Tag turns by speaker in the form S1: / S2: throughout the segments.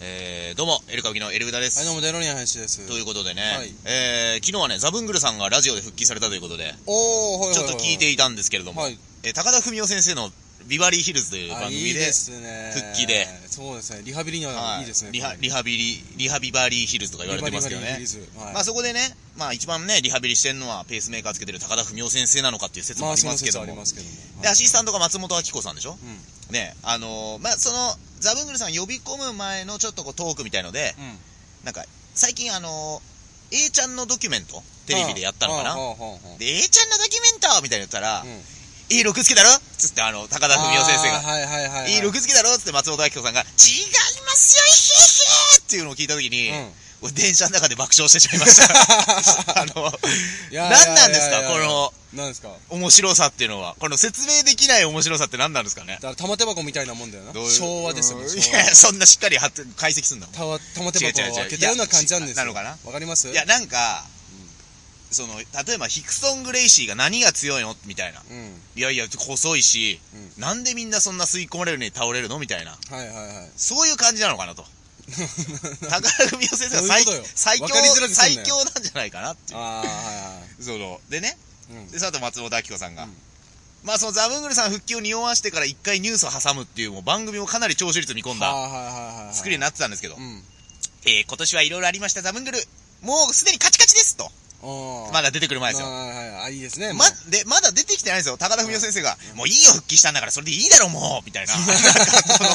S1: えー、どうも、エル歌舞伎のエルグダです。
S2: はい、どうも、デロリアン林です。
S1: ということでね、
S2: はい
S1: えー、昨日はね、ザブングルさんがラジオで復帰されたということで、
S2: おー、はいはいはい、
S1: ちょっと聞いていたんですけれども、
S2: はい
S1: えー高田文夫先生のビバリーヒルズという番
S2: あ
S1: 組
S2: いい
S1: で、
S2: ですね。
S1: 復帰で。
S2: そうですね、リハビリには
S1: はい
S2: いいですね。
S1: リハリハビリ、リハビバリーヒルズとか言われてますけど
S2: リハ
S1: ね
S2: ビリ。リリーズはい
S1: まあそこでね、まあ一番ね、リハビリしてるのはペースメーカーつけてる高田文夫先生なのかっていう説も
S2: ま
S1: あ
S2: あ、
S1: り
S2: そ
S1: ま
S2: の
S1: すけ
S2: 説
S1: ど
S2: はあ
S1: も。
S2: りますけども。
S1: で、
S2: は
S1: ア
S2: い
S1: シスタントが松本明子さんでしょ
S2: うん。
S1: ね、あのーまあその、ザブングルさん呼び込む前のちょっとこうトークみたいので、
S2: うん。
S1: なんか、最近あのー、A ちゃんのドキュメント、テレビでやったのかな
S2: はあはあはあはあ
S1: で、A ちゃんのドキュメントみたいなの言ったら、
S2: うん
S1: いい6つけだろつってあの、高田文夫先生
S2: あー
S1: が、
S2: はいはいはいはい。
S1: いい6つけだろつって松本明子さんが、違いますよ、ヒヒヒっていうのを聞いたときに、
S2: うん
S1: 俺電車の中で爆笑してしまいま した。あの、
S2: いやいやいやい
S1: 何
S2: や
S1: なんですかこの
S2: なんですかだ
S1: 面白さっていうのは。この説明できない面白さって何なんですかね
S2: から、玉手箱みたいなもんだよな。
S1: どういう
S2: 昭和ですよ
S1: う
S2: ね。
S1: んい
S2: 昭和
S1: や、そんなしっかりは解析すんだもん。
S2: たわ玉手
S1: 違う違う違
S2: 箱
S1: う
S2: を開けたような感じなんですよ。
S1: いやなのか
S2: わかります
S1: いや、なんか、その、例えばヒクソン・グレイシーが何が強いのみたいな。
S2: うん。
S1: いやいや、細いし、
S2: う
S1: なんでみんなそんな吸い込まれるのに倒れるのみたいな。
S2: は いはいはい。
S1: そういう感じなのか なと。高田文夫先生が最
S2: どういうことよ
S1: 最強
S2: わかりづらくすん
S1: 最
S2: なよ
S1: 強なんじゃないかなっていう。
S2: あー、はいはい。
S1: その、でね、
S2: うん
S1: で、その後松本明子さんが、
S2: うん
S1: まあそのザブングルさん復帰を匂わしてから一回ニュースを挟むっていうもう番組もかなり聴取率見込んだ
S2: あーはいはいはいはい。
S1: 作りになってたんですけど、
S2: うん。
S1: えー今年はいろいろありましたザブングル、もうすでにカチカチですと。
S2: あー
S1: まだ出てくる前ですよ。
S2: あーはいはいあ、いいですね。
S1: ま、で、まだ出てきてないんですよ。高田文夫先生が、もういいよ、復帰したんだから、それでいいだろ、もうみた いな。なんかその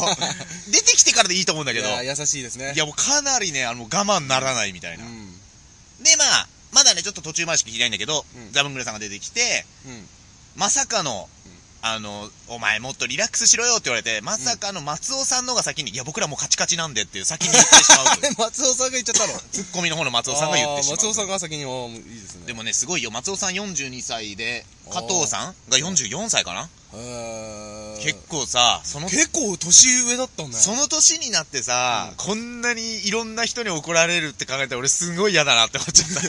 S1: 出てきてからでいいと思うんだけど、
S2: い
S1: い
S2: や優しいですね
S1: や、もうかなりね、あの、我慢ならないみたいな。
S2: うん
S1: で、まあ、まだね、ちょっと途中回し聞きたいんだけど、
S2: うん
S1: ザブングルさんが出てきて、
S2: うん
S1: まさかの、あの、お前もっとリラックスしろよって言われて、まさかの松尾さんの方が先に、いや、僕らもうカチカチなんでっていう先に言ってしまう
S2: あ。れ松尾さんが言っちゃったの
S1: ツッコミの方の松尾さんが言ってしまう。
S2: あー松尾さんが先におーいいですね
S1: でもね、すごいよ。松尾さん42歳で、加藤さんが44歳かな
S2: へー
S1: 結構さ、その、
S2: 結構年上だったんだ
S1: その年になってさ、こんなにいろんな人に怒られるって考えたら俺すごい嫌だなって思っちゃっ た。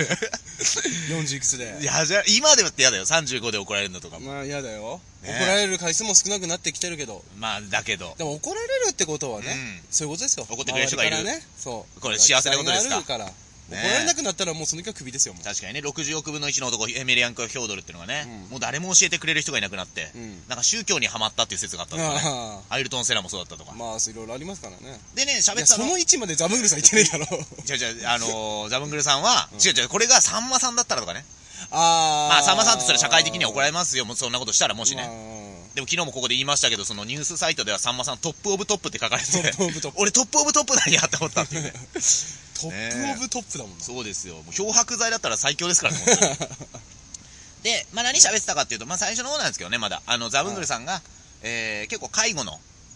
S2: 40いくつで
S1: いや、じゃあ、今でもって嫌だよ。35で怒られるのとかも。
S2: まあ嫌だよ
S1: ね
S2: 怒られる回数も少なくなってきてるけど
S1: まあ、だけど。
S2: でも怒られるってことはね
S1: うん
S2: そういうことですよ
S1: 怒ってくれる人がいる
S2: 周りからねそう
S1: これ幸せなことですか
S2: 期待があるら怒られなくなったらもうその時はクビですよもう
S1: 確かにね、60億分の1の男、エミリアン・ヒョードルっていうのがね、
S2: うん
S1: もう誰も教えてくれる人がいなくなって、
S2: うん
S1: なんか宗教にはまったっていう説があったんだよね。
S2: あ
S1: アイルトン・セラもそうだったとか
S2: ー。まあそういろいろありますからね
S1: でね、
S2: い
S1: 喋っ
S2: や
S1: てた
S2: そ
S1: の。
S2: の位置までザブングルさんいってないだろ
S1: 違う違う、あ のー、ザブングルさんは、違う違う、これがさんまさんだったらとかね。
S2: あ ー
S1: まあ、さんまさんってそれ社会的には怒られ
S2: ま
S1: ますよ、もうそんなことしたらもしね。
S2: ね
S1: でも昨日もここで言いましたけど、そのニュースサイトではさんまさんトップオブトップって書かれて、
S2: トップオブトップ
S1: 俺トップオブトップなんやって思ったっていうね。
S2: トップオブトップだもんな
S1: そうですよ。もう漂白剤だったら最強ですからね、本当にで、まあ何喋ってたかっていうと、まあ最初の方なんですけどね、まだ。あの、ザブングルさんが、えー、結構介護の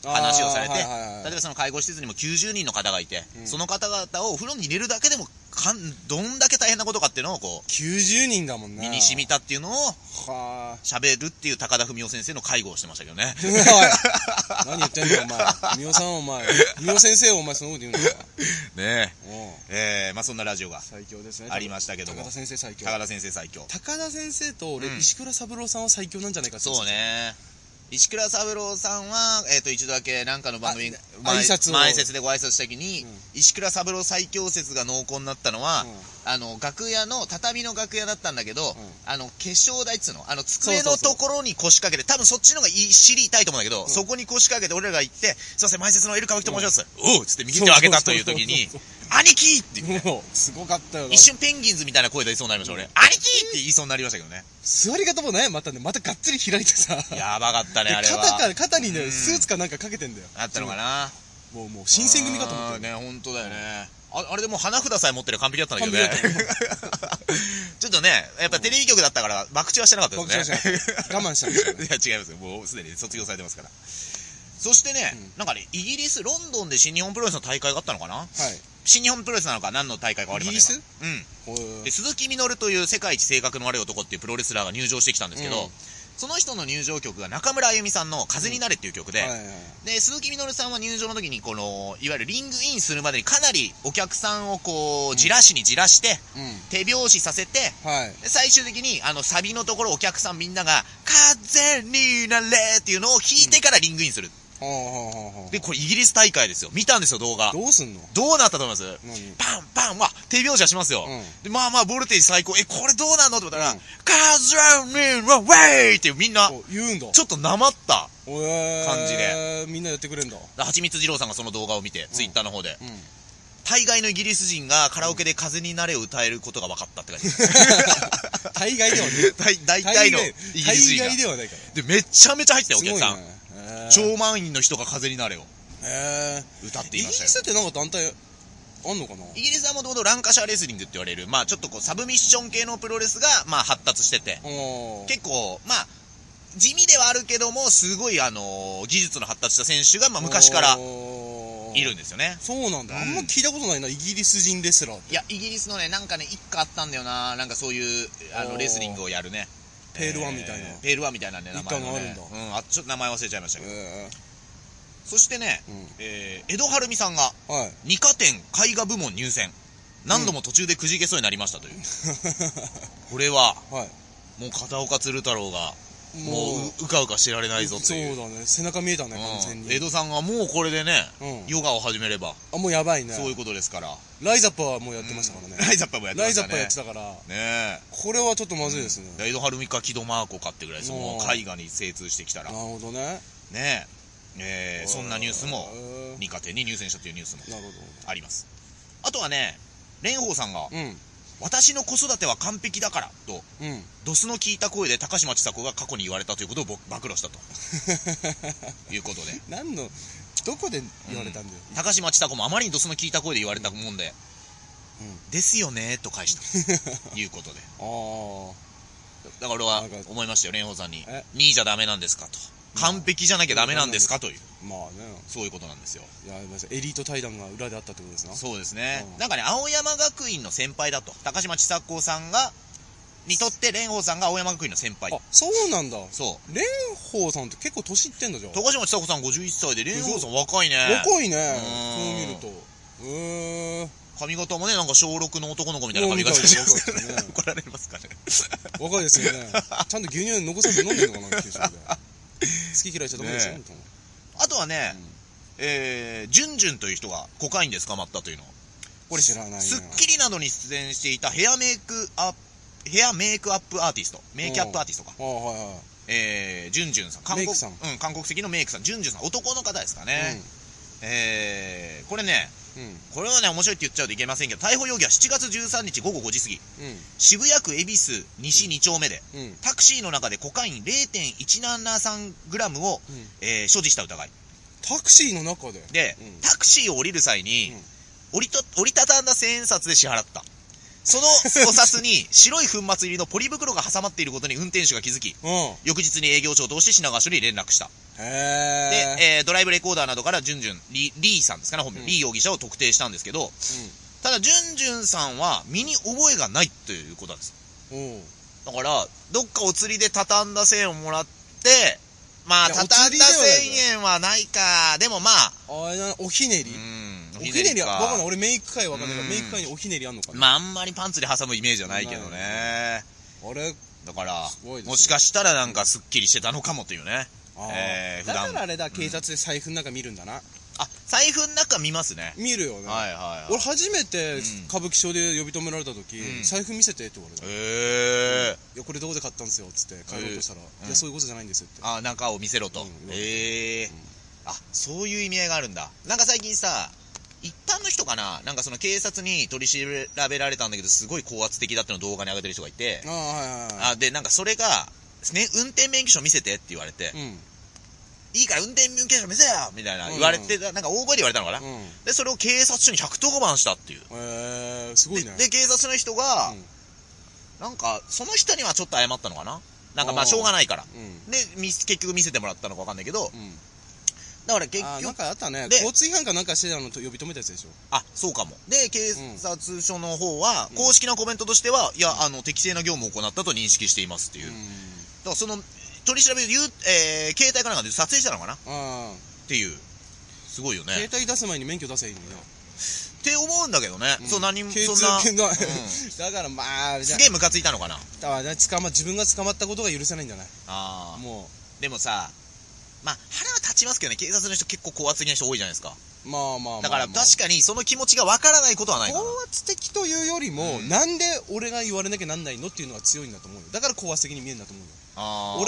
S1: 話をされて、
S2: あーはいはいはい
S1: 例えばその介護施設にも90人の方がいて、
S2: うん
S1: その方々をお風呂に入れるだけでも、かん、どんだけ大変なことかっていうのをこう、
S2: 90人だもんな
S1: 身に染みたっていうのを
S2: は
S1: 喋るっていう高田文夫先生の介護をしてましたけどね。
S2: ー おい何言ってんだよお前みおさんお前みお先生お前そのこと言うんだ よ
S1: ね
S2: おう
S1: え。えー、まあそんなラジオが
S2: 最強ですね
S1: ありましたけども
S2: 高田先生最強
S1: 高田先生最強
S2: 高田先生と俺、
S1: うん
S2: 石倉三郎さんは最強なんじゃないかって
S1: そうね石倉三郎さんは、えっと一度だけなんかの番組
S2: あ
S1: 前
S2: 挨拶を
S1: 前説でご挨拶した時に、
S2: うん
S1: 石倉三郎最強説が濃厚になったのは、
S2: うん
S1: あの楽屋の畳の楽屋だったんだけど、
S2: ん
S1: あの化粧台っつうのあの机
S2: そ
S1: の
S2: うそうそ
S1: とこ
S2: う
S1: ろに腰掛けて多分そっちの方がいい尻痛いと思うんだけど、
S2: ん
S1: そこに腰掛けて俺らが行って「すいません前説のエルカワキと申します」おうっつって右手を上げたという時に
S2: そうそうそう
S1: 「兄貴!」って言って
S2: もうすごかったよな
S1: 一瞬ペンギンズみたいな声で言いそうになりました俺「兄貴!」って言いそうになりましたけどね
S2: 座り方もねまたねまたがっつり開いてさ
S1: やばかったね、
S2: で
S1: あれは。
S2: 肩から肩に
S1: う
S2: ね
S1: ん
S2: スーツかなんかかけてんだよ
S1: あったのかな
S2: もうもう新選組かと思った
S1: あ
S2: よ
S1: ーね、本当だよね。ああれでもう花札さえ持ってりゃ完璧だったんだけ どね
S2: 完璧だ。
S1: ちょっとね、やっぱテレビ局だったから、爆注はしてなかった
S2: 爆笑し
S1: ですね。
S2: た我慢したんですよね
S1: いや、違いますよ。もうすでに卒業されてますから。そしてね、なんかね、イギリス、ロンドンで新日本プロレスの大会があったのかな
S2: はい
S1: 新日本プロレスなのか何の大会かありません
S2: イ
S1: うん。
S2: ギほう
S1: で鈴木みのるという世界一性格の悪い男っていうプロレスラーが入場してきたんですけど、
S2: うん
S1: その人の入場曲が中村あゆみさんの「風になれ」っていう曲で、
S2: はいはい
S1: で鈴木みのるさんは入場の時にこのいわゆるリングインするまでにかなりお客さんをこうじらしにじらして、
S2: うん
S1: 手拍子させて
S2: はい
S1: で最終的にあのサビのところお客さんみんなが「風になれ」っていうのを弾いてからリングインする、
S2: あほうほうほうほう
S1: で、これイギリス大会ですよ。見たんですよ、動画。
S2: どうすんの
S1: どうなったと思います
S2: 何
S1: パンパンまあ、手拍子はしますよ。
S2: うん
S1: で、まあまあ、ボルテージ最高。え、これどうなんのと思ったら、
S2: うん
S1: カズラミのウェイってみんな、
S2: お言うんだ
S1: ちょっとなまった。
S2: 感
S1: 感じ
S2: でみんなやってくれ んだ
S1: はちみつ二郎さんがその動画を見て、ツイッターの方で。
S2: うん
S1: 大概のイギリス人がカラオケで風になれを歌えることが分かったって感じ。
S2: 大概ではね
S1: 大大体のイギリス人が
S2: 大概。ではないか
S1: で、
S2: ら
S1: めちゃめちゃ入ってたよ、お
S2: す
S1: 客
S2: ごい
S1: さん。
S2: ね
S1: 超満員の人が風になれを
S2: へー
S1: 歌って
S2: イ
S1: い
S2: ギ
S1: ま
S2: リ
S1: したよ
S2: ス。ってなんか団体あんのかな
S1: イギリスはもともとランカシャーレスリングって言われる、まあちょっとこうサブミッション系のプロレスが、まあ発達してて、
S2: おー
S1: 結構、まあ、地味ではあるけども、すごい、あのー技術の発達した選手が、まあ、昔から
S2: おー
S1: いるんですよね。
S2: そうなんだ、
S1: うん
S2: あんま聞いたことないなイギリス人レスラー
S1: いや、イギリスのね、なんかね、一家あったんだよな、なんかそういう、あ
S2: お
S1: の、
S2: ー
S1: レスリングをやるね。
S2: ペールワンみたいな、
S1: えーペールワンみたいなね、名前の、ね。
S2: 一家があるん
S1: うん、あ、ちょっと名前忘れちゃいましたけど。
S2: え
S1: そしてね、
S2: ーうん
S1: えー江戸晴美さんが、
S2: はい
S1: 二課店絵画部門入選。何度も途中でくじけそうになりましたという。これは、
S2: は
S1: もう片岡鶴太郎が、
S2: い
S1: もうう、うかうかしてられないぞと
S2: そう
S1: いう。
S2: だね背中見えたね完全
S1: うん
S2: に
S1: 江戸さんがもうこれでね、
S2: うん
S1: ヨガを始めれば、
S2: あもうやばいね
S1: そういうことですから。
S2: ライザッパーはもうやってましたからね、
S1: ライザッパー もやってま
S2: ライ
S1: し
S2: ザ
S1: た
S2: ッ
S1: ね。
S2: パーやってたから
S1: ね
S2: これはちょっとまずいですね、
S1: え。江戸春美か木戸マーコかってぐらいですよ、も
S2: う
S1: うん絵画に精通してきたら。
S2: なるほどね
S1: ねえ。えーそんなニュースも
S2: へ、ー
S1: 二課店に入選したというニュースも
S2: なる
S1: あります。あとはね、蓮舫さんが
S2: ほ、どうん
S1: 私の子育ては完璧だから、と、
S2: うん
S1: ドスの効いた声で高嶋ちさ子が過去に言われたということをぼ暴露したということで。
S2: 何のどこで言われたんだよ、
S1: 高嶋ちさ子もあまりにドスの効いた声で言われたもんで、
S2: うん
S1: ですよねーと返したということで。
S2: あ
S1: だから俺は
S2: なんか
S1: 思いましたよ、蓮舫さんに
S2: え。
S1: 2位じゃダメなんですかと。完璧じゃなきゃダメなんですかという、
S2: あまあね
S1: そういうことなんですよ。
S2: いやまずエリート対談が裏であったってことですな
S1: そうですね
S2: う。ん
S1: なんかね、青山学院の先輩だと。高嶋ちさ子さんが、にとって蓮舫さんが青山学院の先輩
S2: あ。そうなんだ
S1: そう。
S2: 蓮舫さんって結構年いってんだじゃん
S1: 高嶋ちさ子さん51歳で、蓮舫さん若いね。
S2: 若いね
S1: うん
S2: こう見るとへえ
S1: 髪型もね、なんか小6の男の子みたいな髪型
S2: もう見
S1: してます
S2: たことな
S1: け
S2: い
S1: どね。怒られますかね。
S2: 若いですよねちゃんと牛乳残さず飲んでんのかな給食で好き嫌いしちゃダメですよ、
S1: ね
S2: みたいな
S1: あとはね、えー、ジュンジュンという人がコカインで捕まったというの。これ、
S2: 知らないな
S1: スッキリなどに出演していたヘアメイクアップ、ヘアメイクアップアーティスト、メイキャップアーティストか。
S2: ああはいはい
S1: えー、ジュンジュンさん。韓
S2: メイ
S1: 国、
S2: クさん
S1: うん、韓国籍のメイクさん。ジュンジュンさん、男の方ですかね。えー、これね、
S2: うん
S1: これはね、面白いって言っちゃうといけませんけど、逮捕容疑は7月13日午後5時過ぎ、
S2: う
S1: 渋谷区恵比寿西2丁目で、
S2: んうん
S1: タクシーの中でコカイン 0.173g を、
S2: うん
S1: えー所持した疑い。
S2: タクシーの中で
S1: で、
S2: うん
S1: タクシーを降りる際に、
S2: うん
S1: 折りと折りたたんだ千円札で支払った。そのお札に白い粉末入りのポリ袋が挟まっていることに運転手が気づき、
S2: うん
S1: 翌日に営業長として品川署に連絡した。で、
S2: へえ
S1: えードライブレコーダーなどからジュンジュン、リリーさんですかね、本名、
S2: うん
S1: リー容疑者を特定したんですけど、ただ、ジュンジュンさんは身に覚えがないということなんです。
S2: うんおう
S1: だから、どっかお釣りで畳んだ1000円をもらって、まあ、
S2: いやお
S1: 畳んだ
S2: 釣り
S1: 1000
S2: ではない
S1: 円はないか、でもまあ、
S2: あれなおひねり
S1: うん
S2: おひねりは
S1: か
S2: わかんない俺メイク界わかんないから
S1: うん
S2: メイク界におひねりあんのかな
S1: まあ、あんまりパンツで挟むイメージはないけどね。
S2: あれ
S1: だから
S2: すごいです、ね
S1: もしかしたらなんかスッキリしてたのかもというね。
S2: あ
S1: えー
S2: ー
S1: 普
S2: だ
S1: 段
S2: からあれだ警察で財布の中見るんだな
S1: あ、財布の中見ますね。
S2: 見るよね
S1: はいはいは
S2: 俺
S1: い。
S2: 初めて
S1: うん
S2: 歌舞伎町で呼び止められた時
S1: うん
S2: 財布見せてって言われたい
S1: へえ。
S2: やこれどこで買ったんですよっつって帰ろうとしたら
S1: うん
S2: いやそういうことじゃないんですよって
S1: あ、中を見せろと
S2: うん。
S1: へえ
S2: ん。
S1: あ、そういう意味合いがあるんだ。なんか最近さ、一般の人かななんかその警察に取り調べられたんだけど、すごい高圧的だってのを動画に上げてる人がいて、
S2: ああはいはいはい
S1: あ、で、なんかそれが、ね、運転免許証見せてって言われて、
S2: うん
S1: いいから運転免許証見せよみたいな言われてた、なんか大声で言われたのかな、
S2: うん
S1: で、それを警察署に110番したっていう。
S2: えーすごいね
S1: で、で警察の人が、
S2: うん
S1: なんか、その人にはちょっと謝ったのかななんかまあ、
S2: あー
S1: しょうがないから。
S2: うん
S1: で、み結局見せてもらったのかわかんないけど、
S2: うん
S1: だから結
S2: あーなん
S1: 局、
S2: かあったね
S1: で
S2: 交通違反かなんかしてたのと呼び止めたやつでしょ
S1: あそうかも。で、警察署の方は、公式なコメントとしては、いや、あの、適正な業務を行ったと認識していますっていう。だからその、取り調べ、ゆうえー携帯かなんかで撮影したのかなっ
S2: ああ
S1: ていう。すごいよね。
S2: 携帯出す前に免許出せばいいのよ
S1: って思うんだけどね。そう、何も、
S2: K2
S1: そんな。
S2: 系
S1: う
S2: の
S1: ん
S2: だからまあじゃ
S1: すげえムカついたのかな
S2: あだから捕ま自分が捕まったことが許せないんじゃない
S1: ああ。
S2: も
S1: でもさ、まあ、腹は立ちますけどね、警察の人結構高圧的な人多いじゃないですか。
S2: まあまあまあ、
S1: だから
S2: ま
S1: 確
S2: あ
S1: かにその気持ちがわからないことはないかな。
S2: 高圧的というよりも、
S1: うん
S2: なんで俺が言われなきゃなんないのっていうのが強いんだと思うよだから高圧的に見えるんだと思うよ
S1: あー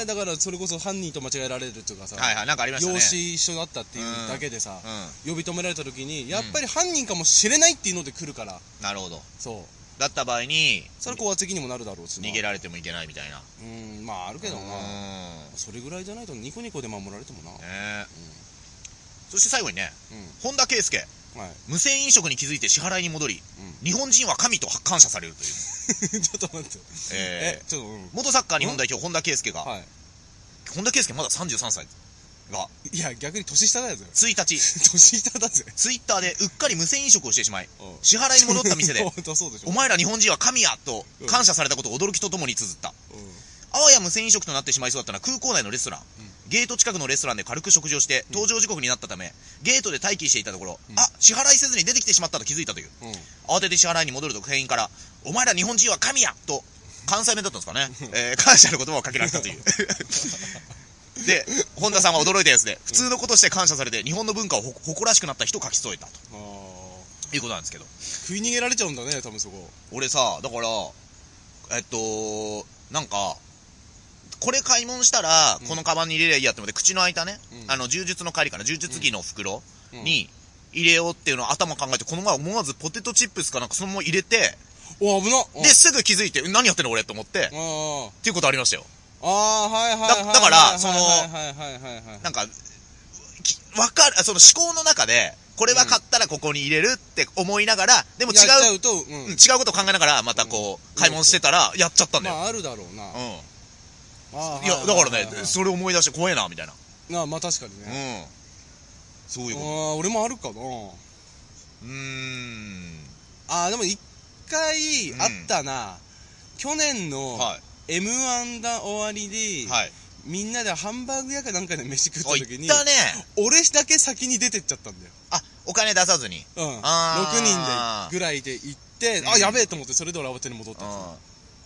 S2: 俺だからそれこそ犯人と間違えられるとかさ、
S1: はいはい、なんかありましたね。
S2: 養子一緒だったっていうだけでさ、
S1: う
S2: 呼び止められた時にやっぱり犯人かもしれないっていうので来るから
S1: ん。なるほど。
S2: そう
S1: だった場合に、
S2: それ高圧的にもなるだろうしな
S1: 逃げられてもいけないみたいな。
S2: うんまああるけどな
S1: うんね
S2: それぐらいじゃないとニコニコで守られてもなう
S1: え
S2: ん
S1: そして最後にね、
S2: う
S1: 本田圭佑、
S2: んはい
S1: 無銭飲食に気づいて支払いに戻り、日本人は神と感謝されるという。
S2: うんちょっと待ってえ
S1: えー
S2: ちょっとうん
S1: 元サッカー日本代表、本田圭佑が、
S2: はい
S1: 本田圭佑まだ33歳が、
S2: いや逆に年下だよそれ
S1: 1日、
S2: 年下だぜ
S1: ツイッターでうっかり無銭飲食をしてしまい、
S2: お
S1: 支払いに戻った店で、
S2: 本当 そうでしょ
S1: お前ら日本人は神やと感謝されたことを驚きとともに綴った。
S2: うん
S1: あわや無銭飲食となってしまいそうだったのは空港内のレストラン、ゲート近くのレストランで軽く食事をして搭乗時刻になったためゲートで待機していたところ、
S2: うん
S1: あ支払いせずに出てきてしまったと気づいたという
S2: うん
S1: 慌てて支払いに戻ると店員から「お前ら日本人は神や!」と関西弁だったんですかね、えー感謝の言葉をかけられた というで本田さんは驚いたやつで普通のことして感謝されて日本の文化をほ誇らしくなった人を書き添えたと
S2: あー
S1: いうことなんですけど
S2: 食い逃げられちゃうんだね多分そこ
S1: 俺さだからえっとなんかこれ買い物したら、
S2: うん
S1: このカバンに入れりゃいいやって思って口の開いたね、
S2: うん
S1: あの柔術の帰りかな柔術着の袋
S2: うん
S1: に入れようっていうのを頭考えてこの前思わずポテトチップスかなんかそのまま入れて
S2: お危なっ
S1: で、すぐ気づいてうん何やってんの俺と思って
S2: うんあー
S1: っていうことありましたよ
S2: あーはいはいはいはい
S1: だだからその
S2: はいはいはいはいはい
S1: なんかきわかるその思考の中でこれは買ったらここに入れるって思いながらでも違
S2: やっちゃ
S1: う
S2: うとう
S1: うん違
S2: ん
S1: うこと考えながらまたこ
S2: うん
S1: う買い物してたらやっちゃったんだ
S2: ま
S1: よ、
S2: ああるだろうな
S1: うん
S2: あー
S1: いや、
S2: は
S1: だ
S2: い
S1: か
S2: はい
S1: らね
S2: はいは、い
S1: それ思い出して怖えな、みたいな。
S2: なあまあ確かに
S1: う
S2: ね
S1: ん。そういう
S2: あ
S1: こ
S2: ー俺もあるかな
S1: と。うーん。
S2: あーでも一回
S1: うん
S2: あったな去年の
S1: は
S2: m 1だ終わり
S1: い。
S2: で
S1: はい。
S2: みんなでハンバーグ屋かなんかで飯食
S1: あ、
S2: った時
S1: 行っ
S2: に
S1: たね。
S2: 俺だけ先に出てっちゃったんだよ
S1: あ、お金出さずに。
S2: うん
S1: あー
S2: 6人でぐらいで行って
S1: う
S2: あ
S1: ん
S2: やべえと思ってそれで俺慌てに戻っ
S1: う
S2: た
S1: ん
S2: んですよ。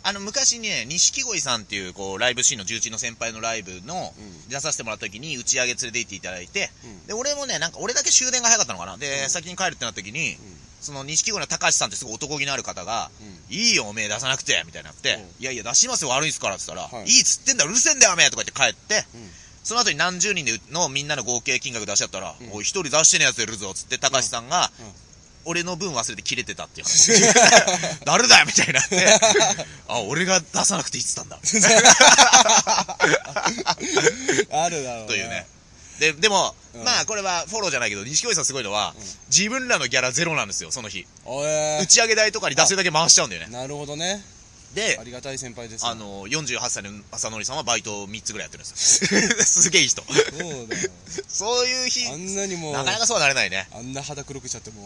S1: あの、昔にね、錦鯉さんっていう、こう、ライブシーンの重鎮の先輩のライブの、
S2: うん
S1: 出させてもらった時に、打ち上げ連れて行っていただいて、
S2: うん
S1: で、俺もね、なんか、俺だけ終電が早かったのかな。で、
S2: うん
S1: 先に帰るってなった時に、
S2: うん
S1: その、錦鯉の高橋さんってすごい男気のある方が、
S2: う
S1: いいよ、おめえ出さなくて、みたいになって、
S2: うん
S1: いやいや、出しますよ、悪いっすから、って言ったら、
S2: はい
S1: い、いっつってんだ、うるせえんだよ、おめえとか言って帰って、
S2: ん
S1: その後に何十人でのみんなの合計金額出し合ったら、
S2: うん
S1: おい、一人出してねえやついるぞ、つって、高橋さんが、
S2: うんうん
S1: 俺の分忘れて切れてたっていう話。 誰だよみたいになって、あ、俺が出さなくていいっつったんだ。
S2: あるだろうな
S1: というね。で、でも、
S2: うん
S1: まあ、これはフォローじゃないけど、錦鯉さんすごいのは、
S2: うん
S1: 自分らのギャラゼロなんですよ、その日。
S2: おえ
S1: 打ち上げ代とかに出せるだけ回しちゃうんだよね。
S2: なるほどね
S1: で
S2: あ、りがたい先輩ですね
S1: あの、48歳の浅野さんはバイトを3つぐらいやってるんです よ。すげえいい人。
S2: そうだよ
S1: そういう日
S2: あ、んなにも
S1: なかなかそうはなれないね。
S2: あんな肌黒くしちゃってもう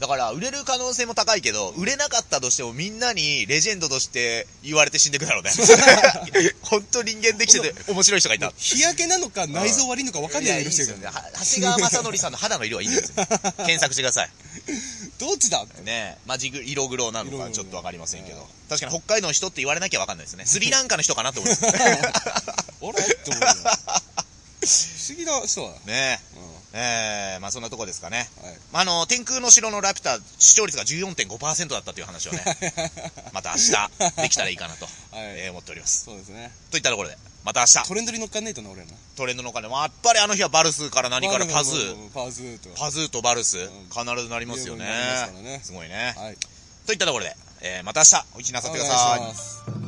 S1: だから、売れる可能性も高いけど、売れなかったとしてもみんなにレジェンドとして言われて死んでくだろう ね。本当人間できてて面白い人がいた。
S2: 日焼けなのか内臓悪いのか分かんない
S1: や
S2: よう
S1: い
S2: に
S1: い
S2: し
S1: で
S2: て
S1: す
S2: る
S1: よ
S2: か
S1: ね。
S2: ら
S1: は長谷川雅則さんの肌の色はいいんですよ。 検索してください。
S2: どっちだ
S1: ねえ、マジグ色黒なの
S2: 色
S1: か
S2: 黒
S1: ちょっとわかりませんけど
S2: ね。
S1: 確かに北海道の人って言われなきゃわかんないですね。スリランカの人かなって思います。
S2: あれって思うよ不思議な人だ
S1: ね
S2: う
S1: え、えー、まあそんなとこですかね。
S2: んはい
S1: まああの、天空の城のラピュタ、視聴率が14.5%だったという話を ね、また明日できたらいいかなと、
S2: はい
S1: えー思っております。
S2: そうですね
S1: といったところで、また明日、
S2: トレンドに乗っかんないとな俺らな
S1: トレンドのお金、やっぱりあの日はバルスから何からパズー、
S2: パズーと
S1: パズーとバルス、
S2: ん
S1: 必ずなりますよね
S2: なりますからね。
S1: すごいね。
S2: はい
S1: といったところで、えーまた明日、お一日なさってください。
S2: い